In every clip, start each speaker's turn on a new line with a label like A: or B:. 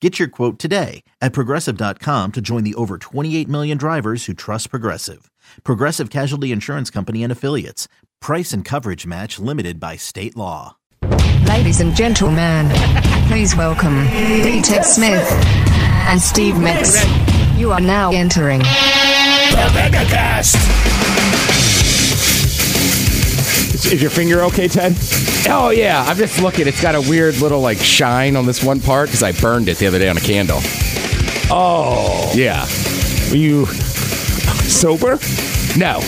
A: Get your quote today at progressive.com to join the over 28 million drivers who trust Progressive. Progressive Casualty Insurance Company and Affiliates. Price and coverage match limited by state law.
B: Ladies and gentlemen, please welcome D. Tech Smith and Steve Metz. You are now entering.
C: Is, is your finger okay, Ted?
D: Oh yeah, I'm just looking. It's got a weird little like shine on this one part because I burned it the other day on a candle.
C: Oh,
D: Yeah,
C: were you sober?
D: no,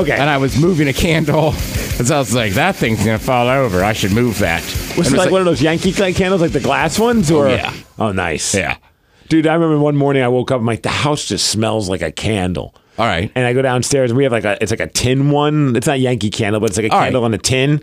C: Okay.
D: And I was moving a candle, and so I was like, that thing's gonna fall over. I should move that.
C: Was it
D: And
C: like,
D: it was
C: one of those Yankee candle candles, like the glass ones? Or
D: yeah.
C: oh, nice.
D: yeah,
C: dude. I remember one morning I woke up. I'm like, the house just smells like a candle.
D: all right.
C: And I go downstairs. and We have like a, it's like a tin one. It's not Yankee candle, but it's like a
D: All right.
C: candle on a tin.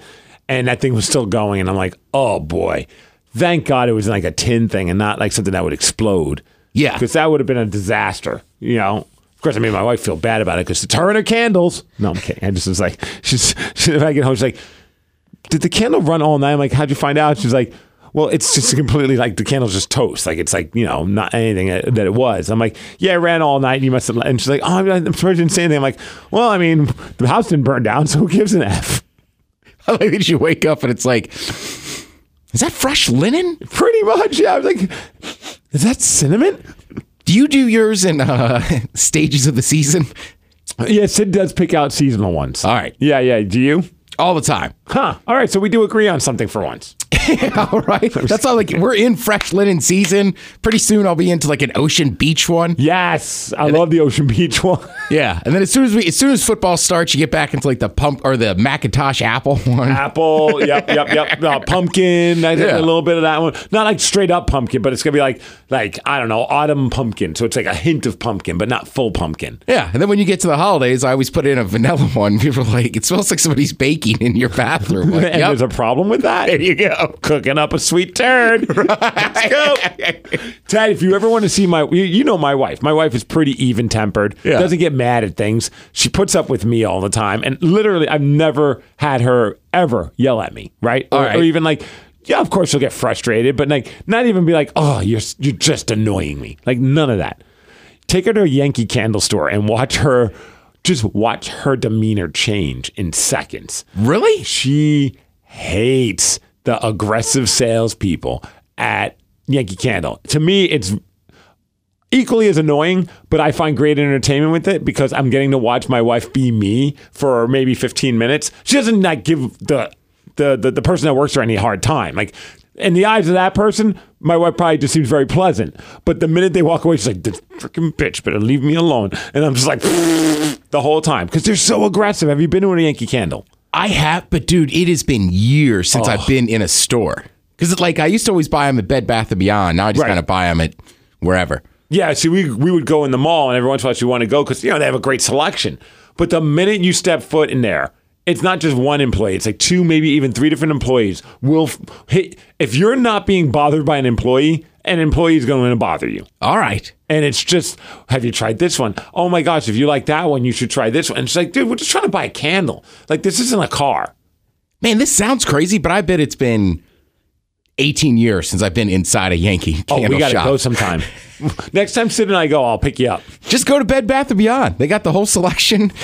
C: And that thing was still going. And I'm like, oh boy, thank God it was like a tin thing and not like something that would explode.
D: Yeah.
C: because that would have been a disaster. You know, of course, I made my wife feel bad about it because it's her and her candles. No, I'm kidding. I just was like, she's. She, when I get home, she's like, did the candle run all night? I'm like, how'd you find out? She's like, well, it's just completely like the candle's just toast. Like it's like you know not anything that that it was. I'm like, yeah, it ran all night. And you must have. let-" And she's like, oh, I'm, I'm sorry, I didn't say anything. I'm like, well, I mean, the house didn't burn down, so who gives an f?
D: How did you wake up and it's like, is that fresh linen?
C: Pretty much, yeah. I was like, is that cinnamon?
D: Do you do yours in uh, stages of the season?
C: Yeah, Sid does pick out seasonal ones.
D: All right.
C: Yeah, yeah. Do you?
D: All the time.
C: Huh. All right. So we do agree on something for once.
D: all right. That's all. Like we're in fresh linen season. Pretty soon I'll be into like an ocean beach one.
C: Yes, I love the Ocean Beach one.
D: Yeah, and then as soon as we, as soon as football starts, you get back into like the pump or the Macintosh Apple one.
C: Apple. Yep, yep, yep. No, pumpkin. I think
D: Yeah.
C: a little bit of that one. Not like straight up pumpkin, but it's gonna be like like I don't know, autumn pumpkin. So it's like a hint of pumpkin, but not full pumpkin.
D: Yeah, and then when you get to the holidays, I always put in a vanilla one. People are like, it smells like somebody's baking in your bathroom. Like,
C: And
D: yep.
C: there's a problem with that. There you go. Cooking up a sweet turd. Let's go. Ted, if you ever want to see my, you, you know my wife. My wife is pretty even tempered.
D: Yeah.
C: Doesn't get mad at things. She puts up with me all the time. And literally, I've never had her ever yell at me, right?
D: All
C: or,
D: right.
C: or even like, yeah, of course she'll get frustrated, but like, not even be like, oh, you're, you're just annoying me. Like, none of that take her to a Yankee candle store and watch her just watch her demeanor change in seconds.
D: really?
C: She hates the aggressive salespeople at Yankee Candle. To me, it's equally as annoying, but I find great entertainment with it because I'm getting to watch my wife be me for maybe 15 minutes. She doesn't like give the the the, the person that works there any hard time. Like in the eyes of that person, my wife probably just seems very pleasant. But the minute they walk away, she's like, "This freaking bitch, better leave me alone." And I'm just like, the whole time because they're so aggressive. Have you been to a Yankee Candle?
D: I have, but dude, it has been years since
C: Oh.
D: I've been in a store because like I used to always buy them at Bed Bath and Beyond. Now I just
C: Right.
D: kind of buy them at wherever.
C: Yeah, see, we we would go in the mall, and every once in a while, you want to go because you know they have a great selection. But the minute you step foot in there, it's not just one employee; it's like two, maybe even three different employees will f- hit. If you're not being bothered by an employee, an employee is going to bother you.
D: All right.
C: And it's just, have you tried this one? Oh my gosh, if you like that one, you should try this one. And it's like, dude, we're just trying to buy a candle. Like this isn't a car.
D: Man, this sounds crazy, but I bet it's been 18 years since I've been inside a Yankee
C: Oh,
D: candle
C: we gotta
D: shop.
C: go sometime. Next time Sid and I go, I'll pick you up.
D: Just go to Bed Bath and Beyond. They got the whole selection.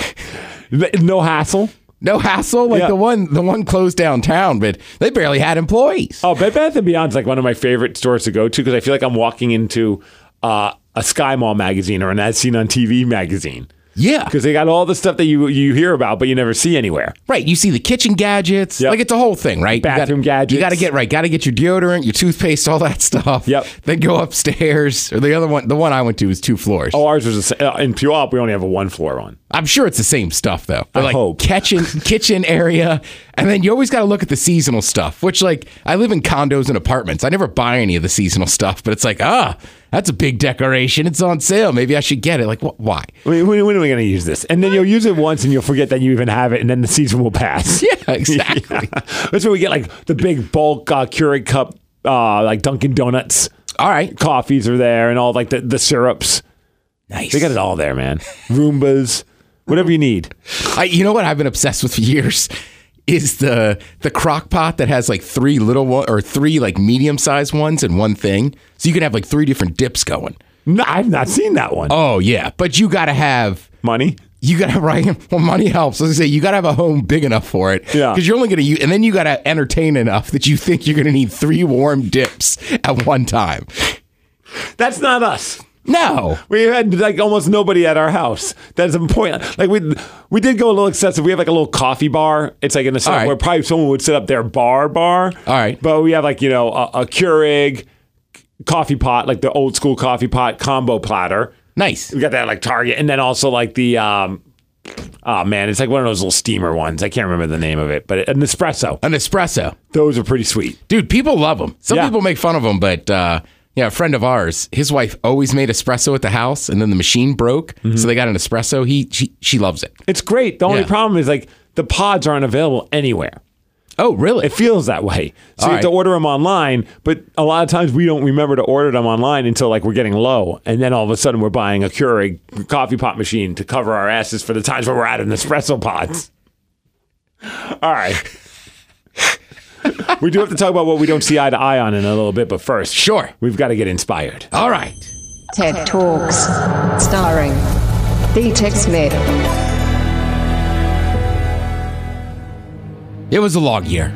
C: No hassle.
D: No hassle. Like
C: Yeah.
D: the one, the one closed downtown, but they barely had employees.
C: Oh, Bed Bath and Beyond's like one of my favorite stores to go to because I feel like I'm walking into uh, a Sky Mall magazine or an As Seen on TV magazine
D: Yeah,
C: because they got all the stuff that you you hear about but you never see anywhere.
D: right. You see the kitchen gadgets.
C: Yep.
D: Like it's a whole thing, right? You gotta-
C: Bathroom gadgets.
D: You got to get right. Got to get your deodorant, your toothpaste, all that stuff.
C: Yep.
D: Then go upstairs. Or the other one, the one I went to was two floors.
C: Oh, ours was the sa- uh, in Puyallup. We only have a one floor one.
D: I'm sure it's the same stuff though. But
C: I
D: like
C: hope.
D: kitchen kitchen area, and then you always got to look at the seasonal stuff. Which like I live in condos and apartments. I never buy any of the seasonal stuff, but it's like ah, that's a big decoration. It's on sale. Maybe I should get it. Like wh- why?
C: I mean, when, when are we going to use this? And then you'll use it once and you'll forget that you even have it, and then the season will pass.
D: Yeah, exactly.
C: That's where we get like the big bulk uh, Keurig cup, uh, like Dunkin' Donuts
D: All right,
C: coffees are there, and all like the, the syrups.
D: nice.
C: They got it all there, man. Roombas, whatever you need.
D: I, you know what I've been obsessed with for years is the the crock pot that has like three little one or three like medium sized ones in one thing. So you can have like three different dips going.
C: No, I've not seen that one.
D: Oh yeah, but you got to have
C: Money.
D: you got to right. Well, money helps. Let's say you got to have a home big enough for it.
C: Yeah.
D: because you're only gonna use, and then you got to entertain enough that you think you're gonna need three warm dips at one time.
C: That's not us.
D: No,
C: We had like almost nobody at our house. That's important. Like we we did go a little excessive. We have like a little coffee bar. It's like in the summer
D: right.
C: where probably someone would set up their bar bar.
D: All right.
C: But we have like you know a, a Keurig coffee pot, like the old school coffee pot combo platter.
D: nice.
C: We got that at, like Target, and then also like the um, oh man, it's like one of those little steamer ones. I can't remember the name of it, but an espresso.
D: An espresso.
C: Those are pretty sweet.
D: Dude, people love them. Some
C: Yeah.
D: people make fun of them, but uh, yeah, a friend of ours, his wife always made espresso at the house, and then the machine broke, so they got an espresso. He she, she loves it.
C: It's great. The only
D: Yeah.
C: problem is like the pods aren't available anywhere.
D: Oh, really?
C: It feels that way. So you
D: All
C: have to
D: right.
C: order them online, but a lot of times we don't remember to order them online until like we're getting low, and then all of a sudden we're buying a Keurig coffee pot machine to cover our asses for the times where we're out of Nespresso pods. All right. we do have to talk about what we don't see eye to eye on in a little bit, but first,
D: Sure.
C: we've got to get inspired.
D: All right.
B: TED Talks, starring D Tech Smith.
D: It was a long year.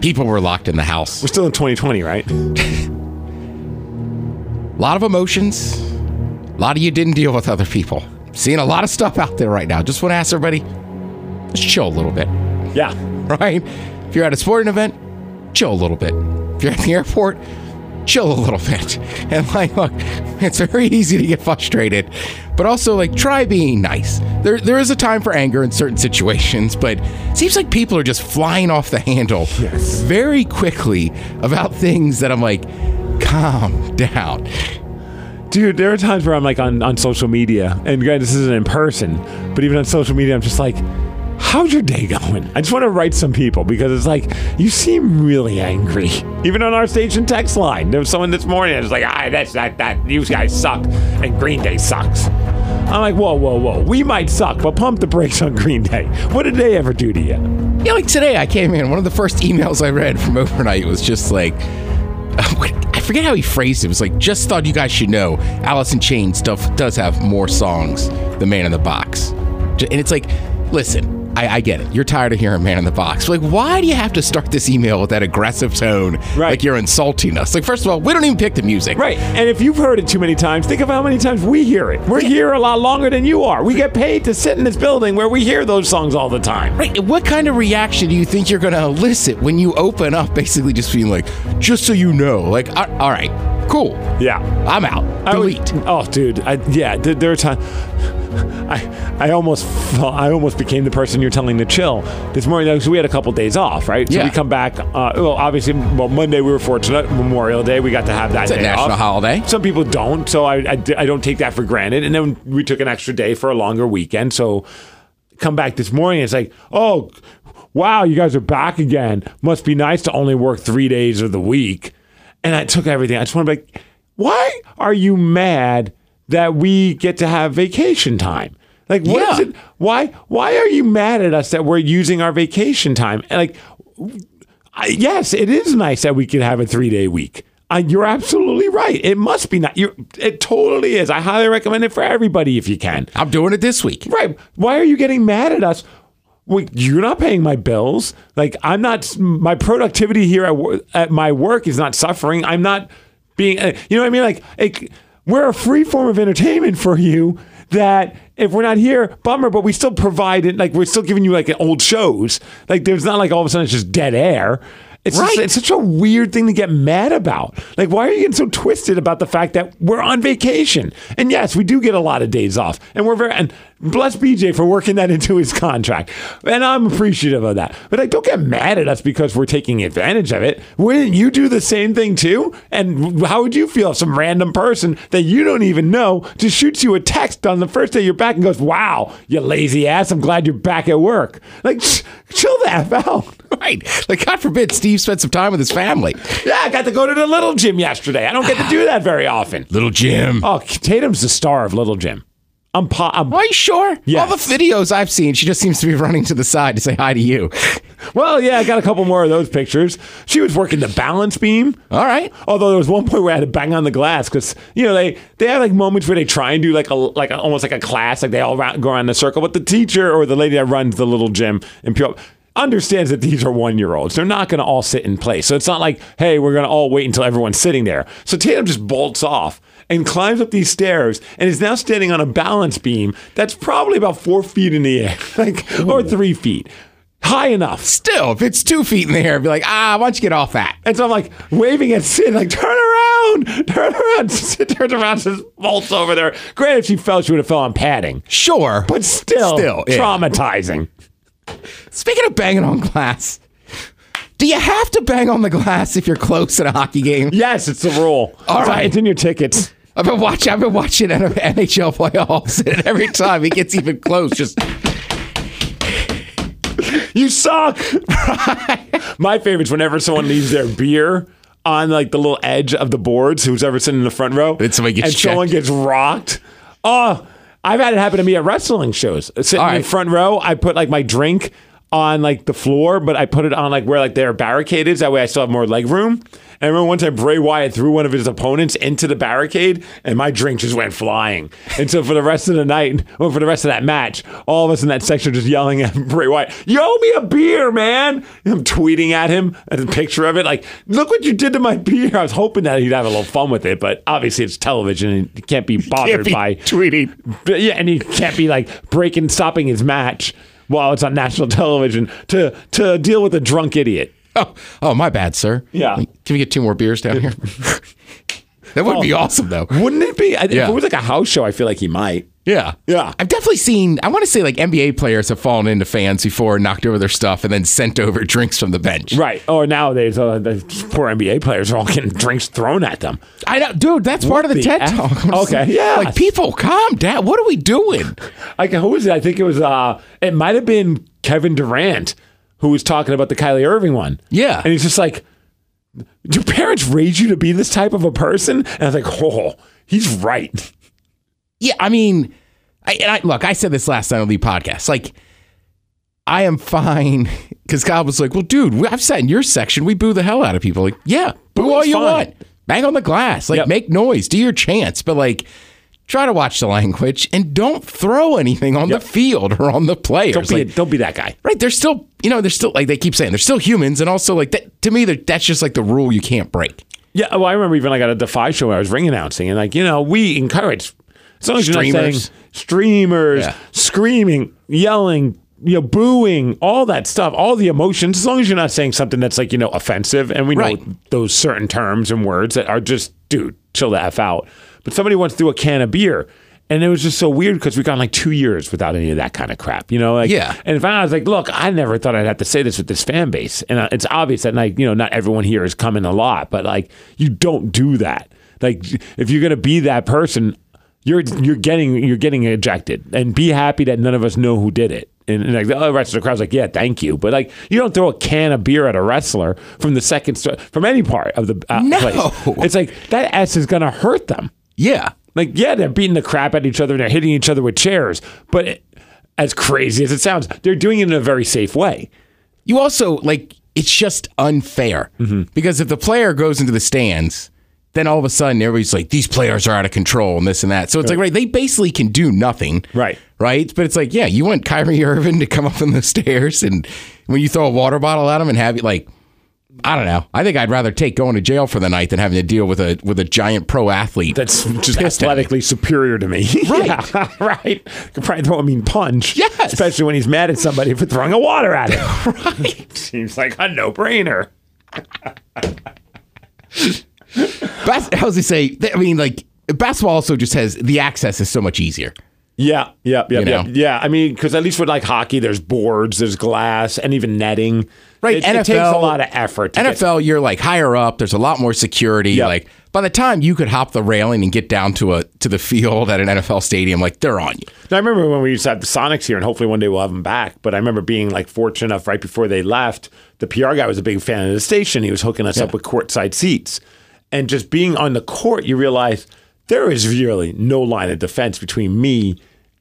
D: People were locked in the house.
C: We're still in 2020, right?
D: A lot of emotions. A lot of you didn't deal with other people. Seeing a lot of stuff out there right now. Just want to ask everybody, let's chill a little bit.
C: Yeah.
D: right? If you're at a sporting event, chill a little bit. If you're at the airport, chill a little bit. And like, look, it's very easy to get frustrated, but also like try being nice. There, there is a time for anger in certain situations, but it seems like people are just flying off the handle very quickly about things that I'm like, calm down.
C: Dude, there are times where I'm like on, on social media, and granted, this isn't in person, but even on social media, I'm just like, how's your day going? I just want to write some people because it's like, you seem really angry. Even on our station text line, there was someone this morning that was like, ah, that's that, that, you guys suck, and Green Day sucks. I'm like, whoa, whoa, whoa, we might suck, but pump the brakes on Green Day. What did they ever do to you?
D: Yeah, like today I came in. One of the first emails I read from overnight was just like, I forget how he phrased it. It was like, just thought you guys should know, Alice in Chains does, does have more songs than Man in the Box. J- And it's like, listen, I, I get it. You're tired of hearing Man in the Box. Like, why do you have to start this email with that aggressive tone?
C: Right.
D: Like you're insulting us. Like, first of all, we don't even pick the music.
C: Right, and if you've heard it too many times, think of how many times we hear it. We're here a lot longer than you are. We get paid to sit in this building where we hear those songs all the time.
D: Right. and What kind of reaction do you think you're going to elicit when you open up basically just being like, just so you know, like, a- all right, cool.
C: Yeah.
D: I'm out.
C: I would-
D: Delete.
C: oh, dude. I, yeah, th- there are times. I, I almost felt, I almost became the person you're telling to chill this morning because we had a couple days off, right? So
D: Yeah.
C: we come back. Uh, well, obviously, well, Monday we were fortunate. Memorial Day, we got to have that
D: It's a
C: day
D: national
C: off.
D: holiday.
C: Some people don't, so I, I d- I don't take that for granted. And then we took an extra day for a longer weekend. So come back this morning, it's like, oh, wow, you guys are back again. Must be nice to only work three days of the week. And I took everything. I just want to be like, why are you mad that we get to have vacation time? Like, what is
D: Yeah.
C: it? Why, why are you mad at us that we're using our vacation time? And like, I, yes, it is nice that we can have a three day week. Uh, you're absolutely right. It must be not. You're, it totally is. I highly recommend it for everybody if you can.
D: I'm doing it this week.
C: Right. Why are you getting mad at us? Well, you're not paying my bills. Like I'm not. My productivity here at, wo- at my work is not suffering. I'm not being. uh, You know what I mean? Like it, we're a free form of entertainment for you. That if we're not here, bummer. But we still provide it. Like we're still giving you like old shows. Like there's not like all of a sudden it's just dead air. It's, just-
D: Right.
C: it's such a weird thing to get mad about. Like, why are you getting so twisted about the fact that we're on vacation? And yes, we do get a lot of days off, and we're very and bless BJ for working that into his contract, and I'm appreciative of that. But like, don't get mad at us because we're taking advantage of it. Wouldn't you do the same thing too? And how would you feel if some random person that you don't even know just shoots you a text on the first day you're back and goes, "Wow, you lazy ass! I'm glad you're back at work." Like, chill the f out.
D: Right. Like, God forbid Steve spent some time with his family.
C: Yeah, I got to go to the little gym yesterday. I don't get to do that very often.
D: Little Jim.
C: Oh, Tatum's the star of Little Jim. I'm, po- I'm
D: Are you sure?
C: Yes.
D: All the videos I've seen, she just seems to be running to the side to say hi to you.
C: well, yeah, I got a couple more of those pictures. She was working the balance beam.
D: All right.
C: Although there was one point where I had to bang on the glass because you know they they have like moments where they try and do like a like a, almost like a class like they all round, go around in a circle, but the teacher or the lady that runs the little gym in Puyallup understands that these are one year olds. They're not going to all sit in place, so it's not like hey we're going to all wait until everyone's sitting there. So Tatum just bolts off and climbs up these stairs and is now standing on a balance beam that's probably about four feet in the air, like or three feet high enough.
D: Still, if it's two feet in the air, be like, ah, why don't you get off that?
C: And so I'm like waving at Sid, like, turn around, turn around. Sid turns around, just bolts over there. Granted, if she fell, she would have fell on padding,
D: Sure.
C: but still,
D: Still, yeah.
C: traumatizing.
D: speaking of banging on glass, do you have to bang on the glass if you're close at a hockey game?
C: Yes, it's the rule.
D: All
C: it's,
D: right.
C: it's in your tickets.
D: I've been watching. I've been watching NHL playoffs, and every time he gets even close, just
C: You suck. My favorite's whenever someone leaves their beer on like the little edge of the boards, who's ever sitting in the front row,
D: And somebody gets
C: and someone
D: checked.
C: gets rocked. Oh, I've had it happen to me at wrestling shows. Sitting
D: All
C: in
D: right.
C: front row, I put like my drink on like the floor, but I put it on like where like they're barricaded. That way, I still have more leg room. And I remember one time Bray Wyatt threw one of his opponents into the barricade, and my drink just went flying. And so for the rest of the night, or for the rest of that match, all of us in that section are just yelling at Bray Wyatt, "You owe me a beer, man!" And I'm tweeting at him and a picture of it, like, "Look what you did to my beer." I was hoping that he'd have a little fun with it, but obviously it's television and it can't be bothered
D: can't be
C: by
D: tweeting.
C: but yeah, and he can't be like breaking, stopping his match while it's on national television to to deal with a drunk idiot.
D: Oh, oh, my bad, sir.
C: Yeah.
D: Can we get two more beers down here? that would
C: Oh.
D: be awesome, though.
C: Wouldn't it be? I, If
D: Yeah.
C: it was like a house show, I feel like he might.
D: Yeah.
C: Yeah.
D: I've definitely seen, I want to say like NBA players have fallen into fans before, knocked over their stuff, and then sent over drinks from the bench.
C: Right. Or nowadays, uh, the poor NBA players are all getting drinks thrown at them.
D: I know, dude, that's part of the,
C: the
D: TED
C: F?
D: Talk. I'm
C: Okay,
D: just-
C: yeah.
D: Like, people, calm down. What are we doing?
C: Like, who was it? I think it was, uh, it might have been Kevin Durant who was talking about the Kylie Irving one.
D: Yeah.
C: And he's just like, do parents raise you to be this type of a person? And I was like, oh, he's right.
D: Yeah, I mean, I, and I look, I said this last night on the podcast. Like, I am fine because Kyle was like, "Well, dude, we- I've sat in your section. We boo the hell out of people. Like, yeah, boo all
C: Booing's
D: you
C: fine.
D: want, bang on the glass, like
C: Yep.
D: make noise, do your chance, but like." Try to watch the language and don't throw anything on
C: Yep.
D: the field or on the players.
C: Don't be,
D: Like,
C: don't be that guy.
D: right? They're still, you know, they're still like they keep saying they're still humans, and also like that. To me, they're- that's just like the rule you can't break.
C: Yeah, well, I remember even like at a Defy show where I was ring announcing, and like you know, we encourage as long as you're not
D: Streamers.
C: saying streamers,
D: Yeah.
C: screaming, yelling, you know, booing, all that stuff, all the emotions. As long as you're not saying something that's like you know offensive, and we
D: Right.
C: know those certain terms and words that are just dude, chill the f out. But somebody once threw a can of beer. And it was just so weird because we gone like two years without any of that kind of crap, you know. Like,
D: Yeah.
C: And if I was like, look, I never thought I'd have to say this with this fan base, and uh, it's obvious that like you know not everyone here is coming a lot, but like you don't do that. Like if you're gonna be that person, you're you're getting you're getting ejected, and be happy that none of us know who did it. And, and like the other rest of the crowd's like, yeah, thank you, but like you don't throw a can of beer at a wrestler from the second st- from any part of the uh,
D: No.
C: place. It's like that s is gonna hurt them.
D: Yeah,
C: Like, yeah, they're beating the crap at each other and they're hitting each other with chairs. But it, as crazy as it sounds, they're doing it in a very safe way.
D: you also like it's just unfair because if the player goes into the stands then all of a sudden everybody's like these players are out of control and this and that so it's like right they basically can do nothing
C: Right.
D: right but it's like yeah you want Kyrie Irving to come up on the stairs and when you throw a water bottle at him and have it like I don't know I think I'd rather take going to jail for the night than having to deal with a with a giant pro athlete
C: That's just
D: Pissed at me.
C: athletically superior to me.
D: Right.
C: Yeah, right. Could probably throw a mean punch.
D: Yes.
C: Especially when he's mad at somebody for throwing a water at him. right. Seems like a no brainer.
D: Bas- how does he say? I mean, like basketball also just has the access is so much easier.
C: Yeah, yeah, yeah,
D: You
C: yeah,
D: know?
C: yeah. I mean, because at least with like hockey, there's boards, there's glass, and even netting.
D: Right,
C: It, it takes a lot of effort. To get-
D: NFL, you're like higher up. There's a lot more security.
C: Yep.
D: Like by the time you could hop the railing and get down to a to the field at an NFL stadium, like they're on you.
C: Now, I remember when we used to have the Sonics here, and hopefully one day we'll have them back. But I remember being like fortunate enough right before they left, the PR guy was a big fan of the station. He was hooking us up with courtside seats, and just being on the court, you realize there is really no line of defense between me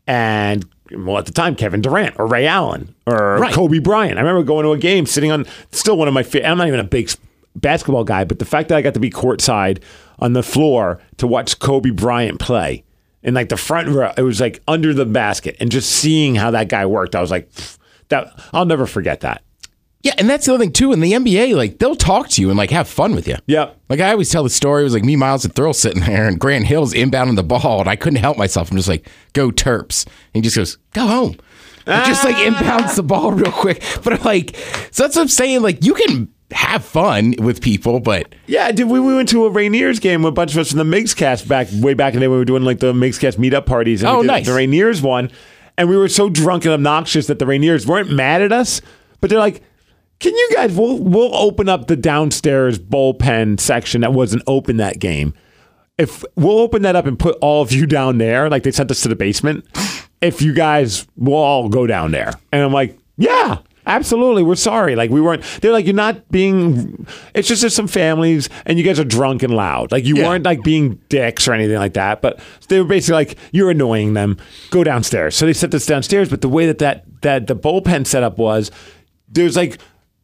C: and well, at the time, Kevin Durant or Ray Allen or
D: Right.
C: Kobe Bryant. I remember going to a game, sitting on still one of my. fa- I'm not even a big s- basketball guy, but the fact that I got to be courtside on the floor to watch Kobe Bryant play in like the front row, it was like under the basket, and just seeing how that guy worked, I was like, "Pff, that I'll never forget that.
D: Yeah, and that's the other thing too. In the NBA, like they'll talk to you and like have fun with you.
C: Yep.
D: Like I always tell the story. It was like me, Miles, and Thrill sitting there, and Grant Hill's inbounding the ball, and I couldn't help myself. I'm just like, "Go Terps!" And he just goes, "Go home." And Just
C: Ah.
D: like inbounds the ball real quick. But I'm like, so that's what I'm saying. Like you can have fun with people, but
C: Yeah, dude, we, we went to a Rainiers game with a bunch of us from the Migs cast back way back in the day when we were doing like the Migs cast meetup parties. And
D: Oh,
C: we did
D: nice.
C: The Rainiers one. And we were so drunk and obnoxious that the Rainiers weren't mad at us, but they're like, can you guys, we'll, we'll open up the downstairs bullpen section that wasn't open that game. If we'll open that up and put all of you down there, like they sent us to the basement, if you guys will all go down there. And I'm like, yeah, absolutely. We're sorry. Like, we weren't, they're like, you're not being, it's just there's some families and you guys are drunk and loud. Like, you
D: Yeah.
C: weren't like being dicks or anything like that, but they were basically like, you're annoying them. Go downstairs. So they sent us downstairs, but the way that that, that the bullpen setup was, there's like,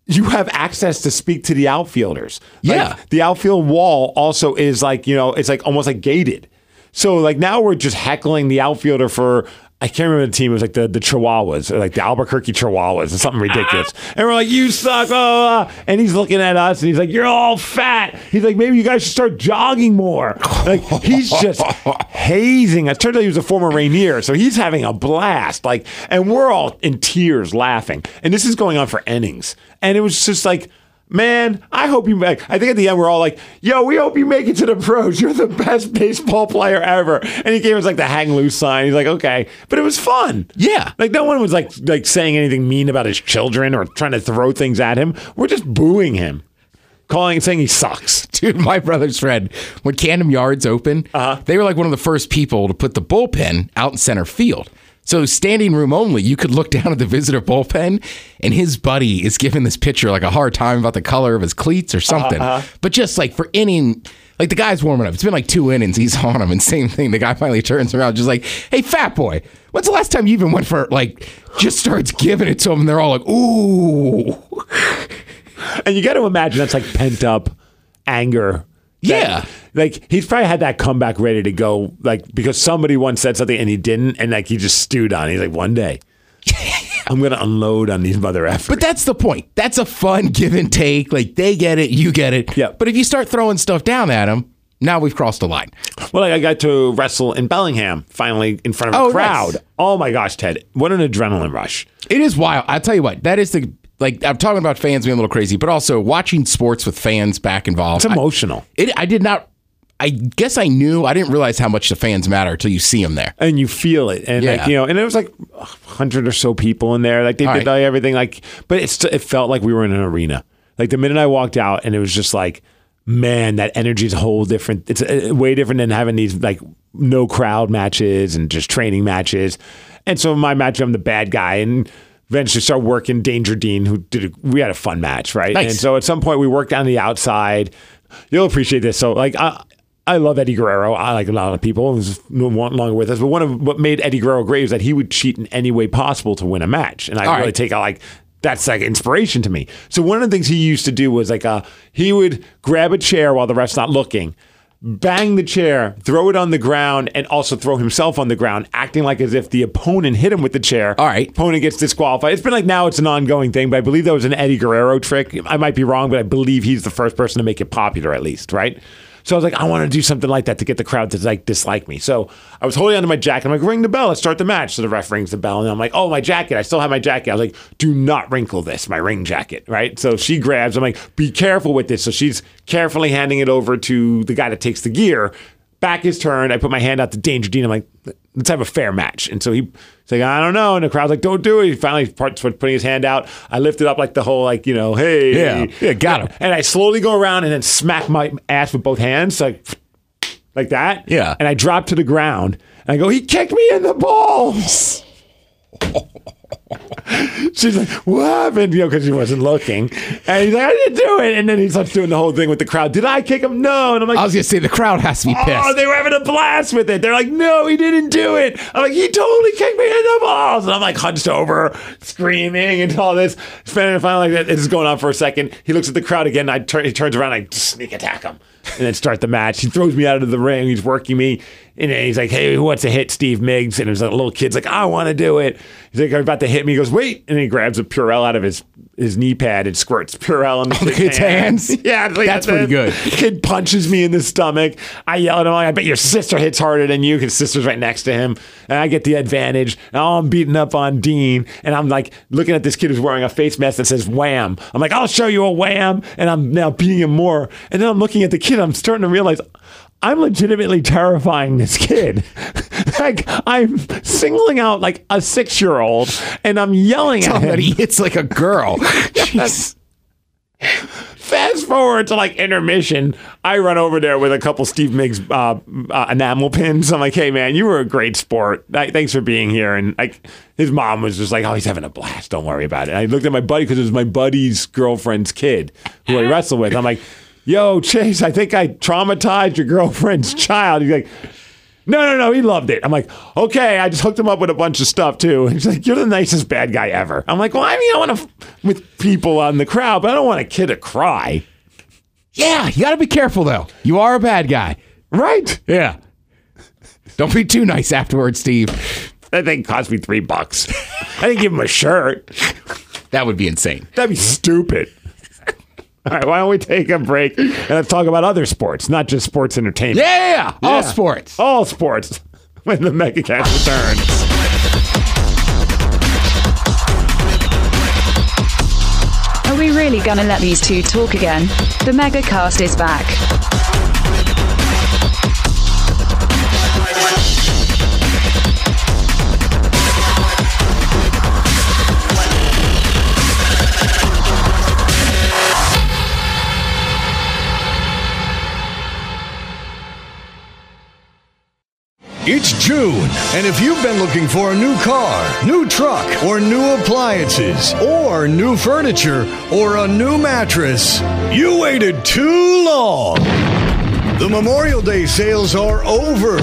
C: you have access to speak to the outfielders. Like,
D: Yeah.
C: the outfield wall also is like, you know, it's like almost like gated. So like now we're just heckling the outfielder for I can't remember the team. It was like the the Chihuahuas, or like the Albuquerque Chihuahuas, or something ridiculous. And we're like, "You suck!" blah, blah, blah." And he's looking at us, and he's like, "You're all fat." He's like, "Maybe you guys should start jogging more." Like he's just hazing us. Turns out he was a former Rainier, so he's having a blast. Like, and we're all in tears laughing. And this is going on for innings. And it was just like, Man, I hope you make. I think at the end we're all like, "Yo, we hope you make it to the pros. You're the best baseball player ever." And he gave us like the hang loose sign. He's like, "Okay," but it was fun.
D: Yeah.
C: like no one was like like saying anything mean about his children or trying to throw things at him. We're just booing him, calling saying he sucks.
D: Dude, my brother's friend, when Camden Yards opened, they were like one of the first people to put the bullpen out in center field. So standing room only, you could look down at the visitor bullpen, and his buddy is giving this pitcher like a hard time about the color of his cleats or something. But just like for inning, like the guy's warming up. It's been like two innings, he's on him, and same thing. The guy finally turns around, just like, "Hey, fat boy, when's the last time you even went for like?" Just starts giving it to him, and they're all like, "Ooh."
C: And you got to imagine that's like pent up anger.
D: Yeah.
C: like he's probably had that comeback ready to go. Like because somebody once said something and he didn't, and like he just stewed on. it. He's like, one day. I'm gonna unload on these mother effers.
D: But that's the point. That's a fun give and take. Like they get it, you get it.
C: Yeah.
D: But if you start throwing stuff down at them, now we've crossed the line.
C: Well, like I got to wrestle in Bellingham finally in front of a
D: Oh,
C: crowd.
D: nice.
C: Oh my gosh, Ted, what an adrenaline rush!
D: It is wild. I tell you what, that is the like I'm talking about fans being a little crazy, but also watching sports with fans back involved.
C: It's emotional,
D: I, it, I did not. I guess I knew. I didn't realize how much the fans matter until you see them there.
C: and you feel it, and like
D: Yeah.
C: you know, and it was like a hundred or so people in there. Like they
D: All
C: did
D: right.
C: like, everything, like, but it's it felt like we were in an arena. Like the minute I walked out, and it was just like, man, that energy is a whole different. It's uh, way different than having these like no crowd matches and just training matches. And so in my match, I'm the bad guy, and eventually start working Danger Dean, who did. A, we had a fun match, right?
D: Nice.
C: And so so at some point we worked on the outside. You'll appreciate this. So like I I love Eddie Guerrero. I like a lot of people who's no one longer with us. But one of what made Eddie Guerrero great is that he would cheat in any way possible to win a match. And I
D: All
C: really
D: right.
C: take a, like that's like inspiration to me. So one of the things he used to do was like uh he would grab a chair while the ref's not looking. Bang the chair, throw it on the ground, and also throw himself on the ground, acting like as if the opponent hit him with the chair.
D: All right.
C: Opponent gets disqualified. It's been like now it's an ongoing thing, but I believe that was an Eddie Guerrero trick. I might be wrong, but I believe he's the first person to make it popular, at least, right? So I was like, I want to do something like that to get the crowd to like dislike me. So I was holding onto my jacket. I'm like, ring the bell. Let's start the match. So the ref rings the bell, and I'm like, oh, my jacket. I still have my jacket. I was like, do not wrinkle this, my ring jacket, right? So she grabs. I'm like, be careful with this. So she's carefully handing it over to the guy that takes the gear. Back is turned. I put my hand out to Danger Dean. I'm like, let's have a fair match. And so he, he's like, I don't know. And the crowd's like, don't do it. He finally starts putting his hand out. I lift it up like the whole, like, you know, hey.
D: Yeah. Yeah, got him.
C: And I slowly go around and then smack my ass with both hands, like, like that.
D: Yeah.
C: And I drop to the ground and I go, he kicked me in the balls. She's like, what happened? You know, because she wasn't looking. And he's like, I didn't do it. And then he starts doing the whole thing with the crowd. Did I kick him? No. And I'm like,
D: I was gonna say the crowd has to be pissed.
C: Oh, they were having a blast with it. They're like, no, he didn't do it. I'm like, he totally kicked me in the balls. And I'm like hunched over, screaming and all this. Finally, finally like, this is going on for a second. He looks at the crowd again. And I turn, he turns around. I sneak attack him and then start the match. He throws me out of the ring. He's working me. And then he's like, hey, who wants to hit Steve Miggs? And there's a little kid's like, I want to do it. He's like, "You're about to hit me. He goes, wait. And he grabs a Purell out of his, his knee pad and squirts Purell in the
D: the
C: kid's
D: kid's hands?
C: Yeah, it's like-
D: That's pretty good.
C: Kid punches me in the stomach. I yell at him. I bet your sister hits harder than you because sister's right next to him. And I get the advantage. And I'm beating up on Dean. And I'm like looking at this kid who's wearing a face mask that says wham. I'm like, I'll show you a wham. And I'm now beating him more. And then I'm looking at the kid. I'm starting to realize I'm legitimately terrifying this kid. like I'm singling out like a six year old and I'm yelling
D: Tell
C: at
D: him
C: him.
D: that he hits like a girl. Jeez.
C: Fast forward to like intermission, I run over there with a couple Steve Miggs uh, uh, enamel pins. I'm like, "Hey man, you were a great sport. Like, Thanks for being here." And like, his mom was just like, "Oh, he's having a blast. Don't worry about it." And I looked at my buddy because it was my buddy's girlfriend's kid who I wrestle with. I'm like, "Yo, Chase, I think I traumatized your girlfriend's child." He's like. No, no, no. He loved it. I'm like, okay. I just hooked him up with a bunch of stuff too. And he's like, you're the nicest bad guy ever. I'm like, well, I mean, I want to f- with people on the crowd, but I don't want a kid to cry,
D: Yeah, you gotta be careful though. You are a bad guy.
C: right?
D: Yeah. Don't be too nice afterwards, Steve.
C: That thing cost me three bucks. I didn't give him a shirt.
D: That would be insane.
C: That'd be stupid. All right, why don't we take a break and let's talk about other sports, not just sports entertainment.
D: Yeah, Oh, all
C: Yeah.
D: sports.
C: All sports. When the Mega Cats returns.
E: Are we really gonna let these two talk again? The Mega Cast is back.
F: It's June, and if you've been looking for a new car, new truck, or new appliances, or new furniture, or a new mattress, you waited too long. The Memorial Day sales are over.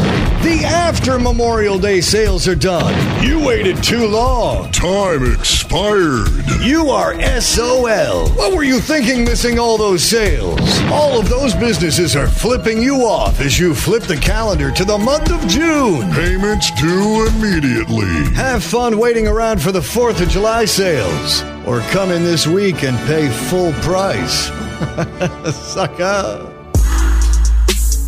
F: The after Memorial Day sales are done. You waited too long. Time expired. You are SOL. What were you thinking missing all those sales? All of those businesses are flipping you off as you flip the calendar to the month of June. Payments due immediately. Have fun waiting around for the 4th of July sales. Or come in this week and pay full price. Sucker.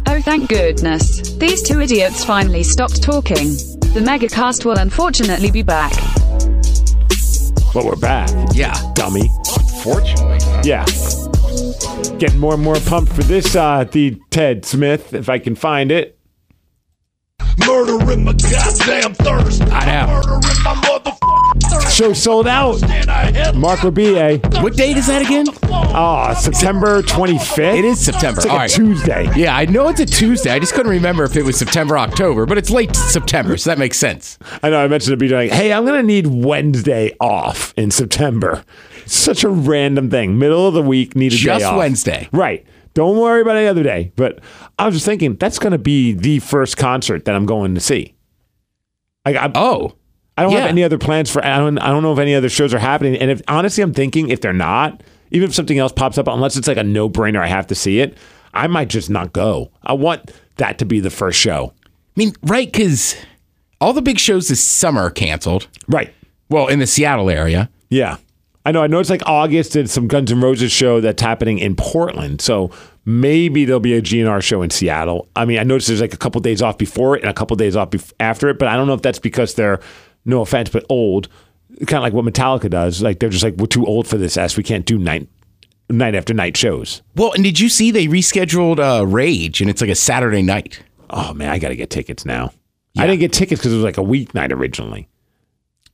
E: Oh, thank goodness. These two idiots finally stopped talking. The Mega Cast will unfortunately be back.
C: But we're back.
D: Yeah.
C: Dummy.
D: Fortunately.
C: Yeah. Getting more and more pumped for this, uh, the Ted Smith, if I can find it.
G: Murdering my goddamn thirst.
D: I know.
G: Murdering my motherfucking thirst.
C: Show sold out.
G: And I had
C: Mark Rabier.
D: What date is that again?
C: Ah, September 25th.
D: It is September.
C: It's like
D: All
C: a
D: right.
C: Tuesday.
D: Yeah, I know it's a Tuesday. I just couldn't remember if it was September, October, but it's late September, so that makes sense.
C: I know I mentioned to BJ, like, hey, I'm going to need Wednesday off in September. Such a random thing. Middle of the week, need a day
D: Just
C: off.
D: Wednesday.
C: Right. Don't worry about any other day. But I was just thinking, that's going to be the first concert that I'm going to see. Like, I,
D: Oh,
C: I don't have
D: Yeah.
C: any other plans for. I don't. I don't know if any other shows are happening. And if honestly, I'm thinking if they're not, even if something else pops up, unless it's like a no brainer, I have to see it. I might just not go. I want that to be the first show.
D: I mean, right? Because all the big shows this summer are canceled.
C: Right.
D: Well, in the Seattle area.
C: Yeah. I know. I know it's like August did some Guns N' Roses show that's happening in Portland. So Maybe there'll be a GNR show in Seattle. I mean, I noticed there's like a couple days off before it and a couple days off bef- after it, but I don't know if that's because they're, no offense, but old. Kind of like what Metallica does. Like they're just like, we're too old for this ass. We can't do night, night after night shows.
D: Well, and did you see they rescheduled uh, Rage and it's like a Saturday night?
C: Oh man, I got to get tickets now. I didn't get tickets because it was like a weeknight originally.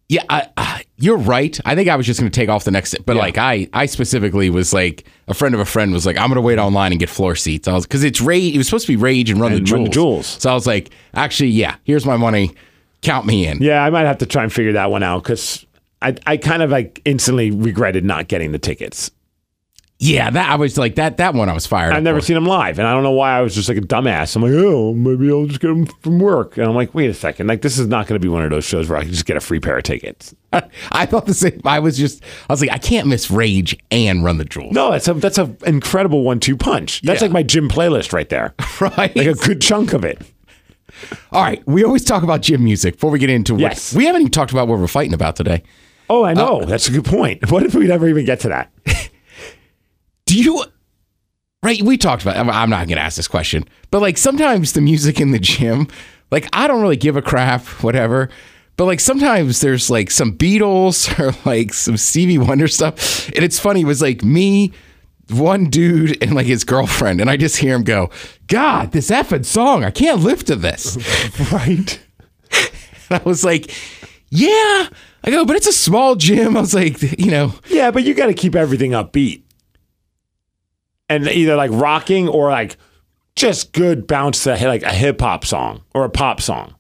D: Yeah, I, I, you're right. I think I was just going to take off the next, but like I, I specifically was like a friend of a friend was like, I'm going to wait online and get floor seats. I was because it's rage. It was supposed to be rage and run the
C: And Run
D: jewels.
C: the Jewels.
D: So I was like, actually, yeah, here's my money. Count me in.
C: Yeah, I might have to try and figure that one out because I, I kind of like instantly regretted not getting the tickets.
D: Yeah, that I was like that. That one I was fired.
C: I've
D: up
C: never
D: for.
C: seen them live, and I don't know why I was just like a dumbass. I'm like, oh, maybe I'll just get them from work, and I'm like, wait a second, like this is not going to be one of those shows where I can just get a free pair of tickets.
D: I thought the same. I was just. I was like, I can't miss rage and run the jewels.
C: No, that's a that's an incredible one-two punch. That's
D: Yeah.
C: like my gym playlist right there,
D: Right.
C: like a good chunk of it.
D: All right. We always talk about gym music before we get into what
C: Yes.
D: we haven't even talked about what we're fighting about today.
C: Oh, I know, that's a good point. What if we never even get to that?
D: Do you? Right, we talked about. I'm- I'm not going to ask this question, but like sometimes the music in the gym, like I don't really give a crap, whatever. But like sometimes there's like some Beatles or like some Stevie Wonder stuff, and it's funny. It was like me, one dude, and like his girlfriend, and I just hear him go, "God, this effing song! I can't lift to this."
C: right.
D: And I was like, "Yeah." I go, but it's a small gym. I was like, you know,
C: Yeah, but you got to keep everything upbeat. And either like rocking or like just good bounce to like a hip hop song or a pop song.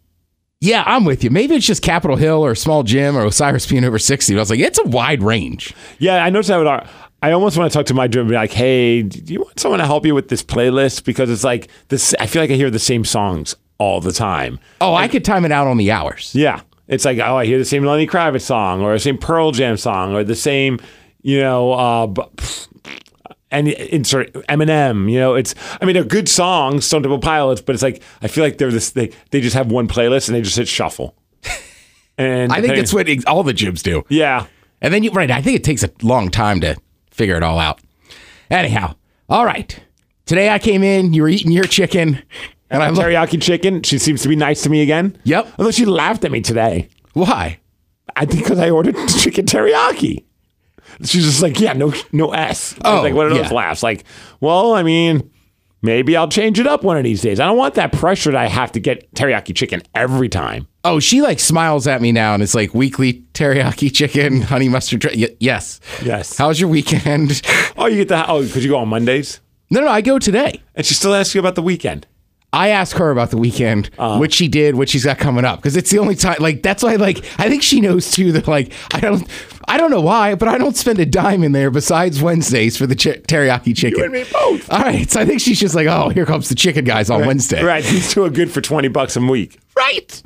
D: Yeah, I'm with you. Maybe it's just Capitol Hill or a small gym or Osiris being over 60. But I was like, it's a wide range.
C: Yeah, I noticed that with our. I almost want to talk to my gym and be like, hey, do you want someone to help you with this playlist? Because it's like this. I feel like I hear the same songs all the time.
D: Oh, I could time it out on the hours.
C: Yeah. It's like, oh, I hear the same Lenny Kravitz song or the same Pearl Jam song or the same, you know, uh, b- pff, and insert Eminem. You know, it's, I mean, they're good songs, Stone Temple Pilots, but it's like, I feel like they're this, they, they just have one playlist and they just hit shuffle. And
D: I think that's what ex- all the gyms do.
C: yeah.
D: And then you, right, I think it takes a long time to figure it all out. Anyhow, all right. Today I came in, you were eating your chicken. And I'm like,
C: Teriyaki chicken. She seems to be nice to me again.
D: Yep.
C: Although she laughed at me today.
D: why?
C: I think because I ordered chicken teriyaki. She's just like, yeah, no, no S. I was
D: Oh,
C: like one of those
D: yeah.
C: laughs. Like, well, I mean, maybe I'll change it up one of these days. I don't want that pressure that I have to get teriyaki chicken every time.
D: Oh, she like smiles at me now and it's like weekly teriyaki chicken, honey mustard. dr- Y- yes.
C: Yes.
D: How's your weekend?
C: Oh, you get the oh, because you go on Mondays,
D: no, no, I go today.
C: and she still asks you about the weekend.
D: I asked her about the weekend,
C: Uh-huh.
D: what she did, what she's got coming up, because it's the only time. Like that's why, like I think she knows too that like I don't, I don't know why, but I don't spend a dime in there besides Wednesdays for the chi- teriyaki chicken.
C: and me both.
D: All right, so I think she's just like, oh, here comes the chicken guys on Wednesday.
C: Right? These two are good for twenty bucks a week.
D: right.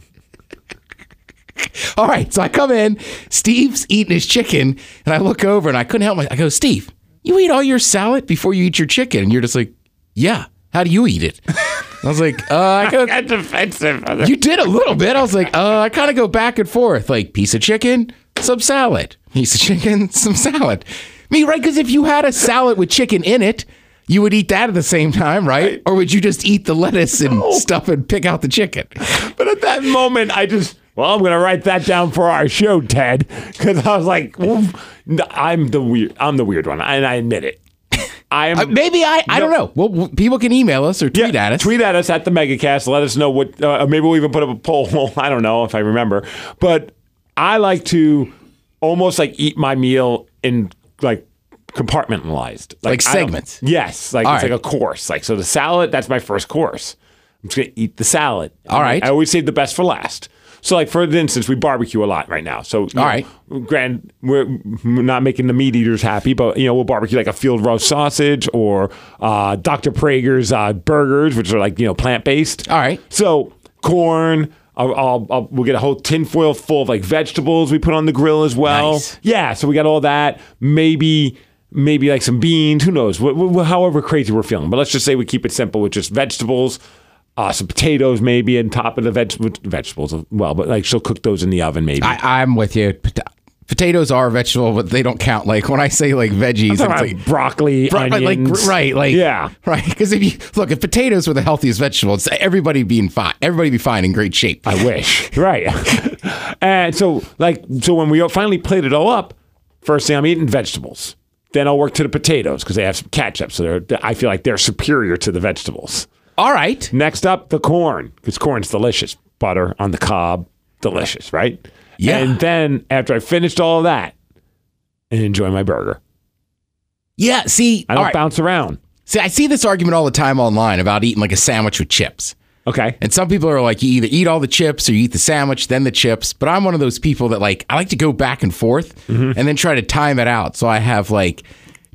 D: All right, so I come in, Steve's eating his chicken, and I look over and I couldn't help my. I go, Steve, you eat all your salad before you eat your chicken, and you're just like, yeah. How do you eat it? I was like, uh, I go,
C: That's offensive.
D: you did a little bit. I was like, uh, I kind of go back and forth, like piece of chicken, some salad, piece of chicken, some salad. Me, right? Because if you had a salad with chicken in it, you would eat that at the same time, right? Or would you just eat the lettuce and stuff and pick out the chicken?
C: But at that moment, I just, well, I'm going to write that down for our show, Ted, because I was like, "Oof, no, I'm the weird, I'm the weird one, and I admit it. I am.
D: Uh, maybe I, I don't know. Well, w- people can email us or
C: Yeah,
D: tweet at us.
C: Tweet at us at the MegaCast. Let us know what. Uh, maybe we'll even put up a poll. I don't know if I remember, but I like to almost like eat my meal in like compartmentalized,
D: Like
C: I don't-
D: segments.
C: Yes, like
D: All
C: it's
D: right.
C: like a course. Like so, the salad that's my first course. I'm just gonna eat the salad.
D: All right.
C: I always save the best for last. So, like for instance, we barbecue a lot right now. So, you
D: All
C: know,
D: right.
C: grand we're not making the meat eaters happy but you know we'll barbecue like a field roast sausage or uh, dr prager's uh, burgers which are like you know plant-based
D: All right.
C: so corn I'll, I'll, I'll, we'll get a whole tin foil full of like vegetables we put on the grill as well
D: Nice.
C: yeah so we got all that maybe maybe like some beans who knows wh- wh- however crazy we're feeling but let's just say we keep it simple with just vegetables uh, some potatoes maybe and top of the veg- vegetables as well but like she'll cook those in the oven maybe
D: I, I'm with you. Pot- potatoes are a vegetable, but they don't count. Like when I say like veggies, it's
C: Talking about
D: like
C: broccoli,
D: Right, but, like,
C: onions.
D: right, like
C: yeah.
D: right. Because if you look, if potatoes were the healthiest vegetable, it's everybody being fine, everybody be fine in great shape.
C: I wish. right. and so, like, so when we finally plate it all up, first thing I'm eating vegetables. Then I'll work to the potatoes because they have some ketchup, so they're, I feel like they're superior to the vegetables.
D: All right,
C: Next up, the corn because corn's delicious. Butter on the cob, delicious, right?
D: Yeah.
C: And then after I finished all of that, and enjoy my burger.
D: yeah. See,
C: I
D: all
C: don't
D: right.
C: bounce around.
D: see, I see this argument all the time online about eating like a sandwich with chips.
C: Okay.
D: And some people are like, you either eat all the chips or you eat the sandwich, then the chips. But I'm one of those people that like, I like to go back and forth
C: Mm-hmm.
D: and then try to time it out. So I have like,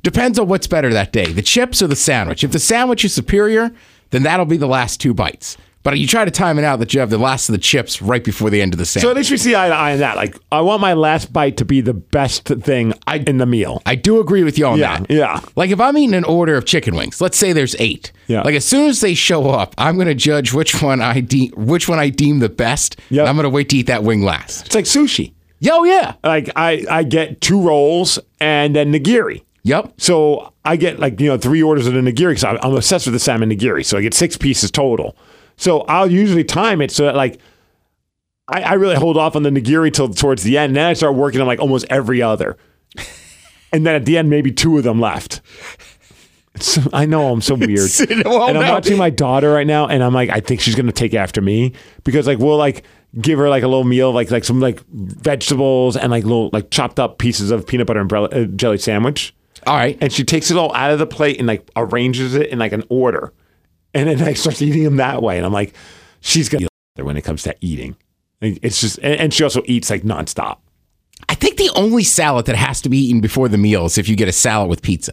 D: depends on what's better that day the chips or the sandwich. If the sandwich is superior, then that'll be the last two bites. But you try to time it out that you have the last of the chips right before the end of the
C: So at
D: sandwich.
C: least we see eye to eye on that. Like, I want my last bite to be the best thing in the meal.
D: I do agree with you on
C: Yeah,
D: that.
C: yeah.
D: Like if I'm eating an order of chicken wings, let's say there's eight.
C: Yeah.
D: Like as soon as they show up, I'm going to judge which one I de- which one I deem the best.
C: Yep.
D: and I'm going to wait to eat that wing last.
C: It's like sushi.
D: Yo, yeah.
C: like I, I get two rolls and then nigiri.
D: Yep.
C: So I get like you know three orders of the nigiri because I'm, I'm obsessed with the salmon nigiri. So I get six pieces total. So I'll usually time it so that like I, I really hold off on the nigiri till towards the end. Then I start working on like almost every other, and then at the end maybe two of them left. It's, I know I'm so weird,
D: well,
C: and I'm
D: no.
C: watching my daughter right now, and I'm like, I think she's gonna take after me because like we'll like give her like a little meal, like like some like vegetables and like little like chopped up pieces of peanut butter umbrella uh, jelly sandwich
D: All right.
C: and she takes it all out of the plate and like arranges it in like an order, and then I start eating them that way, and I'm like, she's gonna be when it comes to eating. Like, It's just, and, and she also eats like nonstop.
D: I think the only salad that has to be eaten before the meal is if you get a salad with pizza.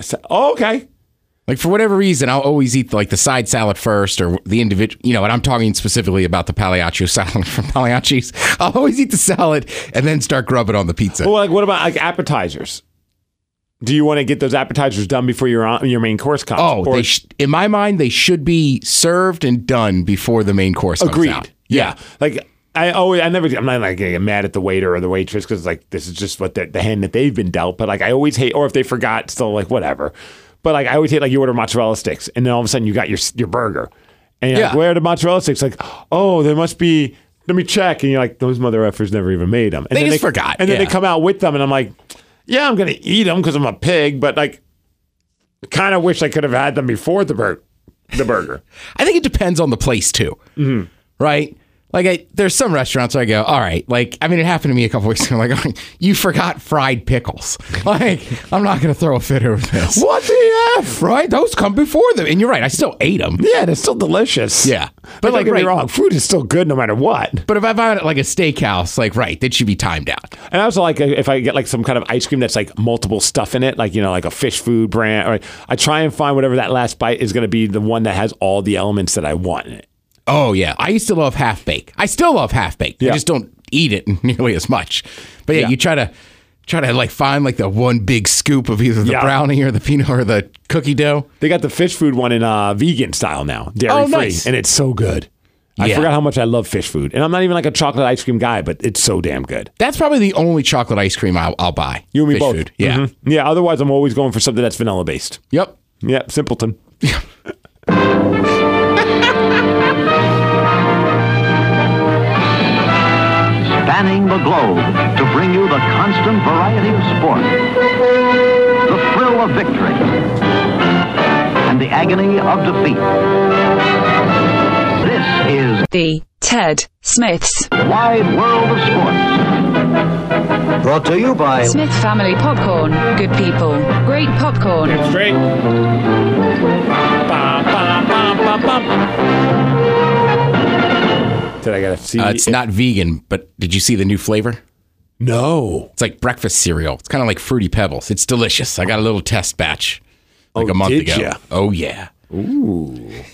C: So, oh, okay,
D: Like for whatever reason, I'll always eat like the side salad first or the individual, you know, and I'm talking specifically about the Pagliaccio salad from Pagliacci's. I'll always eat the salad and then start grubbing on the pizza.
C: well, like what about like appetizers? Do you want to get those appetizers done before your on- your main course comes?
D: oh,
C: Or-
D: they sh- in my mind, they should be served and done before the main course comes
C: Agreed.
D: out.
C: Yeah. Like I always, I never, I'm not like getting mad at the waiter or the waitress because like this is just what the, the hand that they've been dealt. But like I always hate, or if they forgot, still like whatever. But like I always hate like you order mozzarella sticks and then all of a sudden you got your your burger and you're like,
D: Yeah.
C: where are the mozzarella sticks? Like oh, there must be. Let me check. And you're like those mother effers never even made them. And
D: They just forgot.
C: And then
D: Yeah.
C: they come out with them and I'm like, yeah, I'm gonna eat them because I'm a pig. But like, kind of wish I could have had them before the burger. The burger.
D: I think it depends on the place too,
C: Mm-hmm.
D: right? Like, I, there's some restaurants where I go, all right. Like, I mean, it happened to me a couple weeks ago. Like, you forgot fried pickles. Like, I'm not gonna throw a fit over this.
C: what the f?
D: Right? Those come before them, and you're right. I still ate them.
C: Yeah, they're still delicious.
D: Yeah. But, like,
C: but like, don't get me
D: right-
C: wrong, food is still good no matter what.
D: But if I buy it at like a steakhouse, like right, that should be timed out.
C: And I also like uh, if I get like some kind of ice cream that's like multiple stuff in it, like you know, like a fish food brand. Or I try and find whatever that last bite is going to be the one that has all the elements that I want in it.
D: Oh yeah, I used to love half bake. I still love half bake.
C: Yeah.
D: I just don't eat it nearly as much. But yeah,
C: Yeah.
D: you try to try to like find like the one big scoop of either the
C: Yeah.
D: brownie or the peanut or the cookie dough.
C: They got the fish food one in uh, vegan style now, dairy free,
D: nice.
C: and it's so good. I
D: Yeah.
C: forgot how much I love fish food, and I'm not even like a chocolate ice cream guy, but it's so damn good.
D: That's probably the only chocolate ice cream I'll, I'll buy.
C: You and me
D: Fish
C: both.
D: food. Yeah.
C: Mhm. yeah. Otherwise, I'm always going for something that's vanilla based.
D: Yep.
C: Yep, simpleton.
H: spanning the globe to bring you the constant variety of sport, the thrill of victory, and the agony of defeat. This is
E: The Ted Smiths
H: Wide World of Sports. Brought to you by
E: Smith Family Popcorn. Good people, great popcorn.
C: Straight. Did I gotta see?
D: Uh, it's not vegan, but did you see the new flavor?
C: no.
D: It's like breakfast cereal. It's kind of like Fruity Pebbles. It's delicious. I got a little test batch like a month
C: did
D: ago.
C: ya?
D: Oh yeah.
C: I